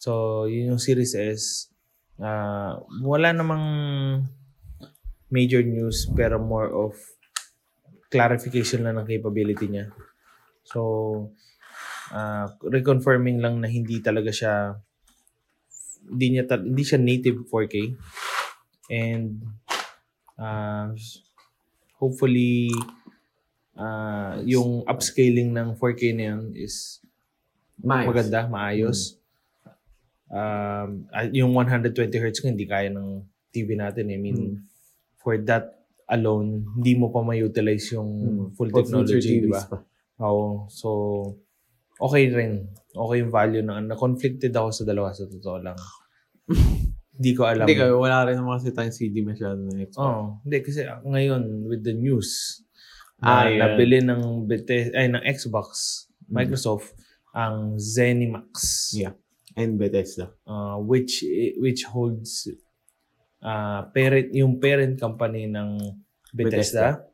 So, yun yung Series S. Ah, wala namang major news pero more of clarification lang ng capability niya. So, ah, reconfirming lang na hindi talaga siya hindi niya tal- hindi siya native 4K and ah, hopefully ah, yung upscaling ng 4K na yun is Maayos. Mm. maganda, maayos. Um, ah, yung 120 Hz ko hindi kaya ng TV natin. eh. I mean, Mm. for that alone, hindi mo pa ma-utilize yung full Mm. For future technology, di TVs ba? pa. Oo. So, okay rin. Okay yung value na. Na-conflicted ako sa dalawa sa totoo lang. Hindi ko alam. Hindi ka, wala rin naman kasi tayong CD masyado na Xbox. Oo. Hindi, kasi ah, ngayon, with the news, Ah, Mm. ah, yun. nabili ng, Bethesda, ay, ng Xbox, Microsoft, ang ZeniMax, Yeah. And Bethesda. uh, which which holds uh, parent, yung parent company ng Bethesda,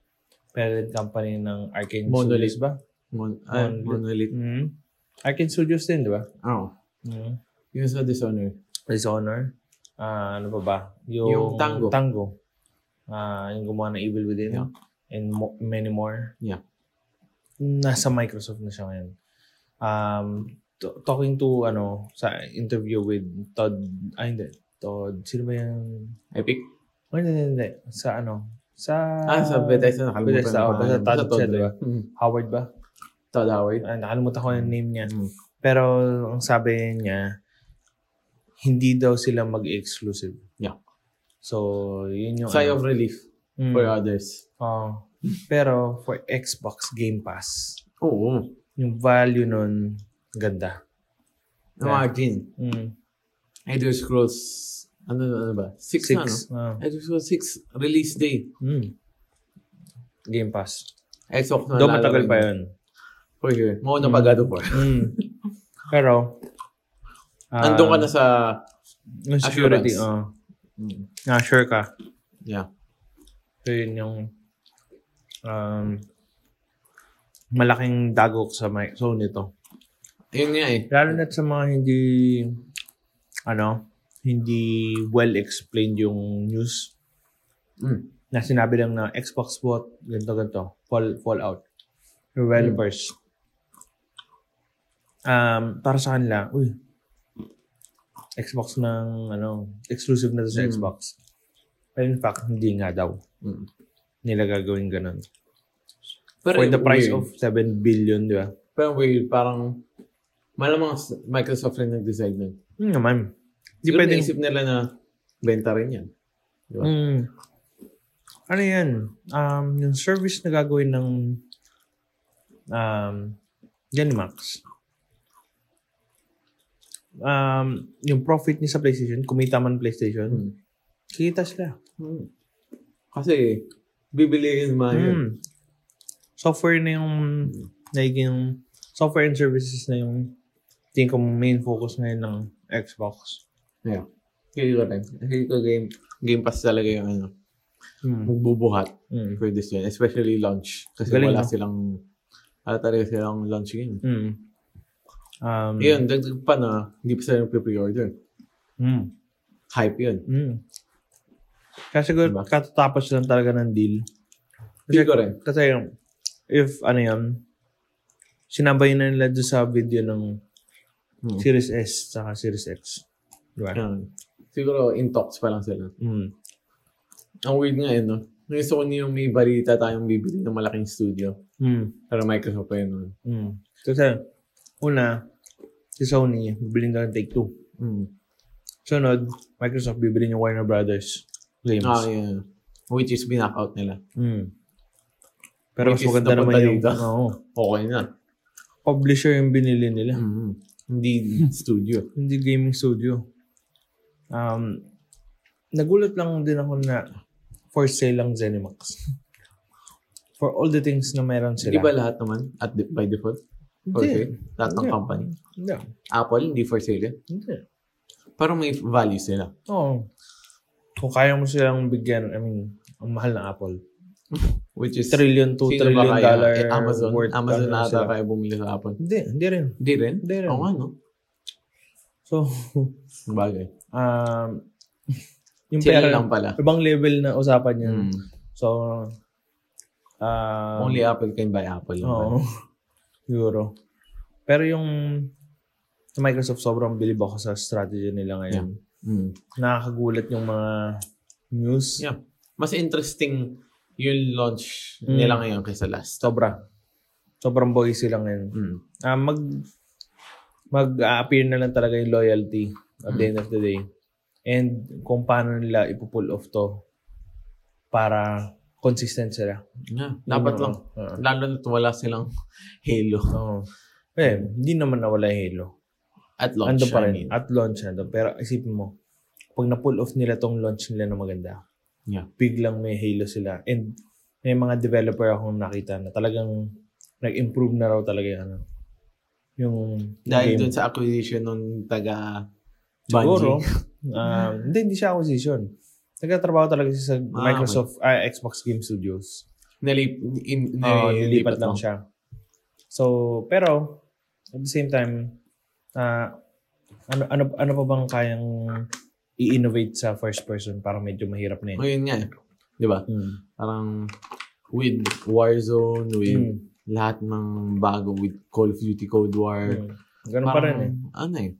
parent company ng Arkane Monolith. Studios ba? Mon- ah, Monolith. monolith. Mm. Arkane Studios din, di ba? Oo. Mm. Mm-hmm. Yung sa Dishonored. Dishonor. Ah, ano pa ba? Yung, Yung Tango. Tango. Ah, yung gumawa ng Evil Within. Yeah. And mo- many more. Yeah. Nasa Microsoft na siya ngayon. Um, to- talking to, ano, sa interview with Todd, ay hindi, Todd, sino ba yung, Epic? oh, hindi, hindi, hindi. sa ano, sa, ah, sa Bethesda. Nakalimutan Bethesda, ko oh, yung basta pangalan. Todd Basta siya, di ba? rin. Mm. Howard ba? Todd Howard. Ah, nakalimutan ko yung name niya. Mm. Pero ang sabi niya, hindi daw sila mag-exclusive. Yeah. So, yun yung... Sigh of relief Mm. for others. Oo. Pero for Xbox Game Pass, Oo. yung value nun, ganda. Imagine. Mm. Elder Scrolls, ano, ano ba? Six, na, no? Six. ah. Elder Scrolls 6, release day. Mm. Game Pass. Xbox na Though Ah, lalaro matagal pa yun. yun. For sure. Mauna Mm. pa God of War. Mm. Pero... ah, Andun ka na sa... Yung security, Assurance. ah. Mm. Na sure ka. Yeah. So yun yung um, malaking dagok sa my Sony to. Yun nga eh. Lalo na sa mga hindi ano, hindi well explained yung news. Mm. Na sinabi lang na Xbox bot, ganito ganito, fall fallout. Developers. Um, para sa kanila, uy. Xbox ng ano, exclusive na to sa Mm. Xbox. Pero in fact, hindi nga daw Mm. nila gagawin ganun. Pero For the price weird. of 7 billion, di ba? Pero weird, parang... Malamang s- Microsoft rin nag-decide nun. Hmm, naman. Hindi Siguro pwedeng... naisip nila na benta rin yan. ba? Hmm. Ano yan? Um, yung service na gagawin ng um, Zenimax. Um, yung profit niya sa PlayStation, kumita man PlayStation, Mm. kita sila. Mm. Kasi, bibili yun mga yun. Hmm. Software na yung naging software and services na yung tingin ko main focus ngayon ng Xbox. Feel ko rin. Feel ko game, game pass talaga yung ano. Hmm. Magbubuhat Hmm. for this year. Especially launch. Kasi Galing, wala no? silang, wala talaga silang launch game. Mm. Um, Hmm. Yun, dagdag pa na, hindi pa sila nagpe-pre-order. Mm. Hype yun. Mm. Kasi siguro Diba? katatapos lang talaga ng deal. Kasi, Feel ko rin. kasi if ano yan, sinabay na nila doon sa video ng Mm. Series S saka Series X. Diba? Yun. Siguro, in talks pa lang sila. Mm. Ang weird nga yun, no? Ngayon sa niyo may balita tayong bibili ng malaking studio. Mm. Pero Microsoft pa yun nun. Mm. Kasi, una, si Sony, bibili daw ng Take-Two. Mm. Sunod, Microsoft bibili niya Warner Brothers Games. Ah, yeah. Which is binakout nila. Mm. Pero mas Which is maganda naman napunta yung dito. oo, Okay na. publisher yung binili nila. Mm. Hindi studio. Hindi gaming studio. Um, nagulat lang din ako na for sale lang Zenimax. For all the things na meron Hindi sila. ba lahat naman? At de- by default? For Hindi. sale? Lahat ng Hindi. company? Hindi. Apple, hindi for sale yun. Hindi. Parang may value sila. Oo. Kung kaya mo silang bigyan, I mean, ang mahal na Apple. Which is... Trillion, two sino ba trillion kaya? dollar Eh, Amazon. worth. ano Amazon na ata sila. kaya bumili sa Apple. Hindi, hindi rin. Hindi rin? Hindi rin. Oo nga, no? So, Bagay. um, yung Sila pera, lang pala. ibang level na usapan yan. Mm. So, um, Only Apple can buy Apple. Oo. Siguro. Pero yung sa Microsoft, sobrang bilib ako sa strategy nila ngayon. Mm. Nakakagulat yung mga news. Yeah. Mas interesting yung launch Mm. nila ngayon kaysa last. Sobra. Sobrang boy sila ngayon. Mm. Ah, mag mag-appear na lang talaga yung loyalty at the end of the day. And kung paano nila ipo-pull off to para consistent sila. Yeah, dapat Yun, lang. oo. Lalo na't wala silang halo Oo. Eh, hindi naman nawala yung Halo. at launch. Ando pa I rin. mean. At launch ando. Pero isipin mo, pag na-pull off nila tong launch nila na maganda, Yeah. biglang may Halo sila. And may mga developer akong nakita na talagang nag-improve na raw talaga yung ano. Yung game. Dahil dun sa acquisition nung taga Siguro. Bungie. um, hindi, hindi siya acquisition. Nagkatrabaho talaga siya sa Ah, Microsoft, ah, Xbox Game Studios. Nalip, in, Oo, nilipat nilipat lang mo. siya. So, pero, at the same time, ah, ano, ano, ano pa bang kayang i-innovate sa first person para medyo mahirap na yun? Ngayon nga eh. Di ba? Mm. Parang with Warzone, with Mm. lahat ng bago, with Call of Duty Cold War. Mm. Ganun pa rin eh. Ano eh.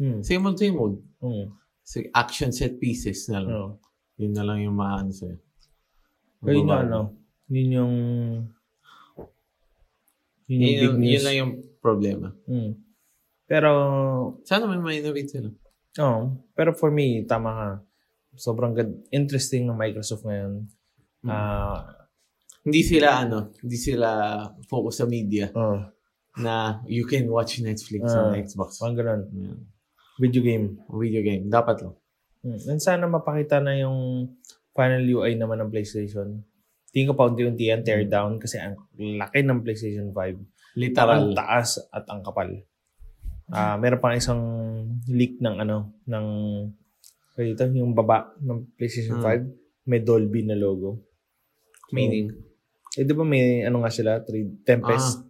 Mm. Same old, same old. Mm. Sige, action set pieces na lang. Oo. Yun na lang yung maano sa'yo. Pero Oh. yun yung Mababago. ano, yun yung yun yung Yun, big yun, news. lang yung problema. Mm. Pero, Sana may ma-innovate sila. Oo. Pero for me, tama ka. Sobrang gad- interesting ng Microsoft ngayon. Mm. Ah, Hindi sila ano, hindi sila focus sa media oh, na you can watch Netflix Ah. on Xbox. parang ganun. Yan. Video game. Video game. Dapat lang. Mm. And sana mapakita na yung final UI naman ng PlayStation. Tingin ko pa unti-unti yan, tear down kasi ang laki ng PlayStation 5. Ang Literal. taas at ang kapal. Ah, meron pang isang leak ng ano, ng ano dito, yung baba ng PlayStation Mm. 5 may Dolby na logo. Hmm. So, Meaning. Eh, di ba may ano nga sila, three, Tempest.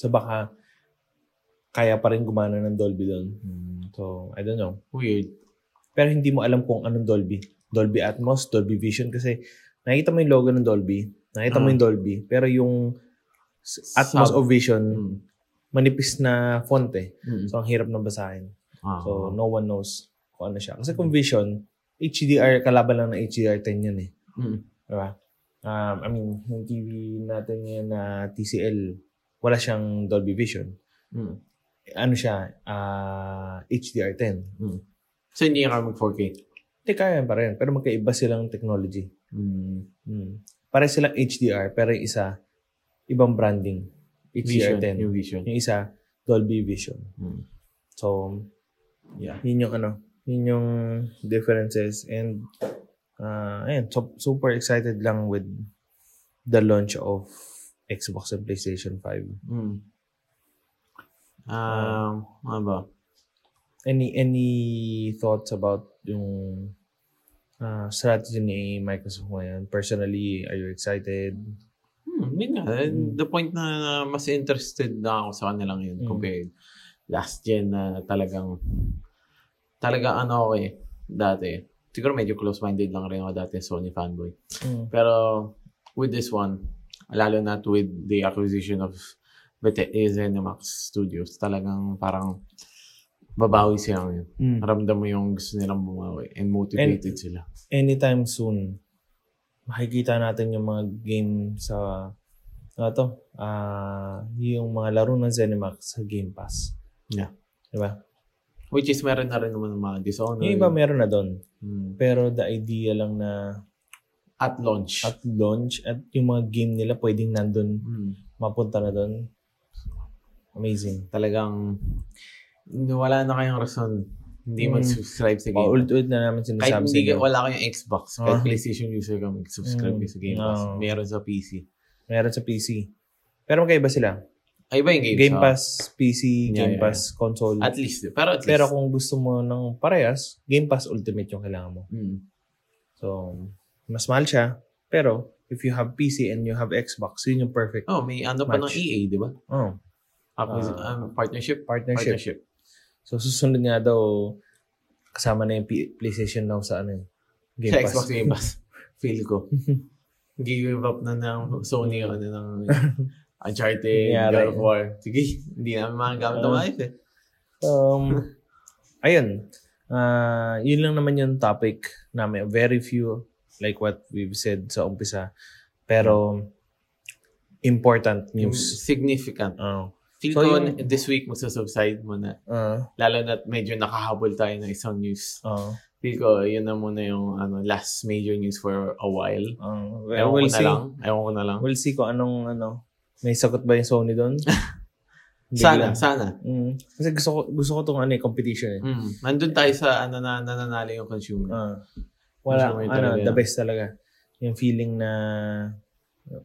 So, baka kaya pa rin gumana ng Dolby doon. Hmm. So, I don't know. Weird. Pero hindi mo alam kung anong Dolby. Dolby Atmos, Dolby Vision. Kasi nakita mo yung logo ng Dolby, nakita mo Ah. yung Dolby, pero yung s- Atmos Sub. o Vision, Mm. manipis na font eh. Mm. So, ang hirap nang basahin. Ah. So, no one knows kung ano siya. Kasi kung Vision, HDR, kalaban lang ng HDR10 yun eh. Mm. Diba? Um, I mean, yung TV natin ngayon na TCL, wala siyang Dolby Vision. Mm. Ano siya? ah, HDR10. So, hindi ka mag-4K. Hindi, kaya pa rin. Pero magkaiba silang technology. Mm. Mm. Pare silang HDR, pero yung isa, ibang branding. Vision. HDR10. Yung vision. Yung isa, Dolby Vision. Mm. So, Yeah. yun yung ano, yun yung differences and uh, ayun, so, super excited lang with the launch of Xbox and PlayStation 5. Mm. Um, ano ba? Any any thoughts about yung uh, strategy ni Microsoft ngayon? Personally, are you excited? Hmm, yun nga. Mm. The point na mas interested na ako sa kanila ngayon Mm. compared last gen na talagang talagang ano ako eh, dati. Siguro medyo close-minded lang rin ako dati Sony fanboy. Mm. Hmm. Pero with this one, lalo na with the acquisition of Bethesda Max Studios, talagang parang babawi sila ngayon. Hmm. Ramdam mo yung gusto nilang bumawi and motivated sila. Anytime soon, makikita natin yung mga game sa ano to, ah, yung mga laro ng ZeniMax sa Game Pass. Yeah. Diba? Which is meron na rin naman ng mga Dishonored. Yung iba meron na doon. Mm. Pero the idea lang na At launch. at launch at yung mga game nila pwedeng nandun, Mm. mapunta na doon. Amazing. talagang wala na kayong rason hindi Mm. mag-subscribe sa game. Paulit-ulit na namin sinasabi Hmm. kahit hindi sa ka, inyo. wala kayong Xbox, kahit Ah. PlayStation user ka mag-subscribe Mm. ka sa Game Pass. No. Meron sa PC. Meron sa PC. Pero magkaiba sila. Ay ba yung Game, Game, ah? Pass, PC, Yeah, Game yeah, Pass, console. At least. Pero at least. Pero kung gusto mo ng parehas, Game Pass Ultimate yung kailangan mo. Mm. So, mas mahal siya. Pero, if you have PC and you have Xbox, yun yung perfect. Oh, may ano pa ng Match. EA, di ba? Oh, Acquis- Ah. ano, partnership? partnership. So, susunod nga daw, kasama na yung P- PlayStation now sa ano eh, Game sa Pass. Xbox Game Pass. Feel ko. Give up na ng Sony ano ng Uncharted, Nangyari. God of War. Sige, hindi namin makagamit ng Ah. maayos eh. Um, ayun. Ah, yun lang naman yung topic namin. Very few, like what we've said sa umpisa. Pero, important Yung news. Oh. significant. Oo. Feel So, ko yung- n- this week masusubside muna. Oo. Lalo na medyo nakahabol tayo ng isang news. Oo. Feel ko yun na muna yung ano, last major news for a while. Oo. Ewan Ah. We'll ko na see. lang. Ewan ko na lang. We'll see kung anong ano. May sagot ba yung Sony doon? Hindi Sana, lang. sana. Mm. Kasi gusto ko, gusto ko itong ano, eh, competition eh. Mm. Nandun tayo sa ano na nananalo yung consumer. Ah. wala, Consumer ano, talaga the yan. best talaga. Yung feeling na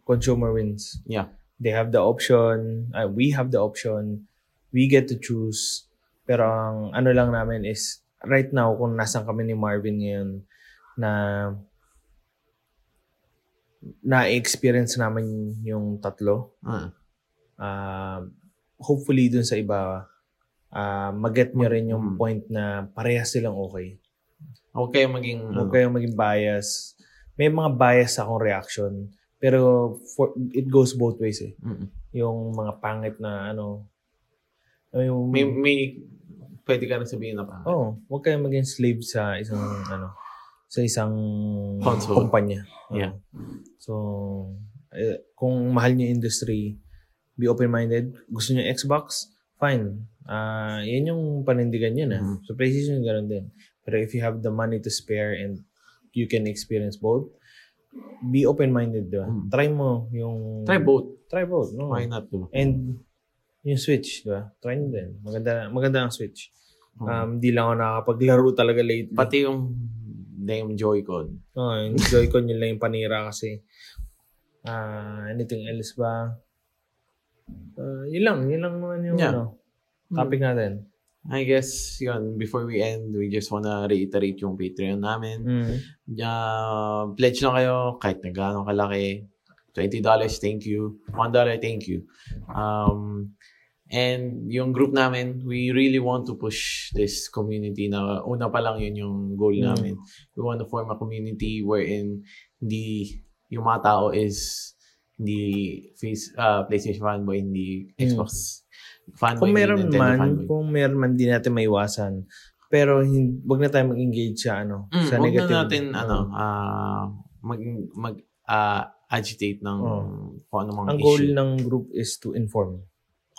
consumer wins. Yeah. They have the option, ah, we have the option, we get to choose. Pero ang ano lang namin is, right now, kung nasan kami ni Marvin ngayon, na na-experience namin yung tatlo. Ah. Ah, hopefully dun sa iba, ah maget nyo rin yung Mm. point na parehas silang okay. Huwag kayong maging... Huwag ano, kayong maging bias. May mga bias akong reaction. Pero for, it goes both ways eh. mm. Yung mga pangit na ano. Yung, May, may... Pwede ka na sabihin na pa. oh, huwag kayong maging slave sa isang ano sa isang Console. kumpanya. Oo. Yeah. So, eh, kung mahal niyo yung industry, be open-minded. Gusto niyo Xbox? Fine. Ah, yan yung panindigan niyo na. Mhm. So, PlayStation ganun din. Pero if you have the money to spare and you can experience both, be open-minded, di ba? Mhm. Try mo yung... Try both. Try both. No? Why not, diba? And yung Switch, di ba? Try nyo din. Maganda, maganda ang Switch. Oo. Um, di lang ako nakakapaglaro talaga late. Mm. Pati yung name Joy-Con. oh, yung Joy-Con yun lang yung panira kasi. Ah, anything else ba? Ah, yun lang. Yun lang naman yung Yeah. Mm. ano, topic natin. I guess, yun, before we end, we just wanna reiterate yung Patreon namin. Mm. Uh, pledge lang kayo, kahit na gaano kalaki. $20, thank you. $1, thank you. Um, and yung group namin, we really want to push this community na una pa lang yun yung goal Mm. namin. We want to form a community wherein hindi yung mga tao is hindi face, uh, PlayStation fanboy, hindi Mm. Xbox fanboy, Kung hindi meron Nintendo man, fanboy. kung meron man, di natin maiwasan. Pero hin- wag na tayo mag-engage sa ano. Mm, sa wag negative. na natin ano, ah, mag mag ah, agitate ng Oo. kung ano mga Oh. Ang goal issue. ng group is to inform.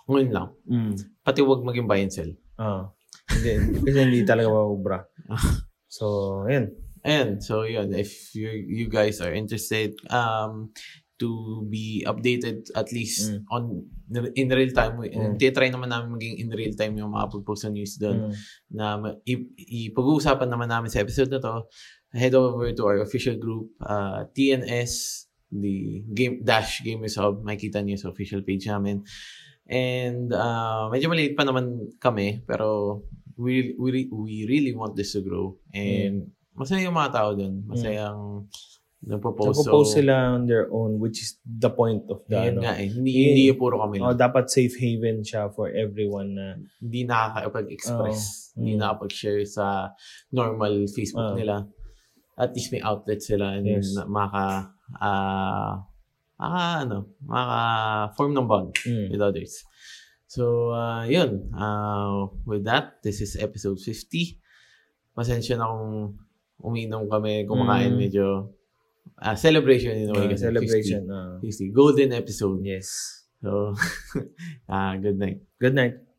Ngayon lang. Mm. Pati wag maging buy and sell. Ah. Hindi, kasi hindi talaga mabubra. So, yun. Ayan, so yun, if you you guys are interested um to be updated at least Mm. on in real time. Mm. Titry naman namin maging in real time yung mga pagpost ng news Mm. doon. na ma- i- ipag-uusapan naman namin sa episode na to, head over to our official group, uh, TNS, the game dash gamers hub makita niyo sa official page namin and uh, medyo maliit pa naman kami pero we we re- we really want this to grow and masaya yung mga tao dun masaya ang So, nagpo-post propose Hmm. sila on their own, which is the point of the, yun ano. nga eh hindi, Yun. hindi puro kami Oh, lang. dapat safe haven siya for everyone na, hindi nakakapag-express hindi Mm. nakakapag-share sa normal Oo. Facebook nila at least may outlet sila and Oh. Yes. na- maka ah maka ano maka form ng bond mm, with others so uh, yun uh, with that this is episode 50 pasensya na kung uminom kami kumakain Mm. medyo ah, celebration in a way uh, kasi celebration. ah. 50, 50 golden episode yes. so ah good night Good night.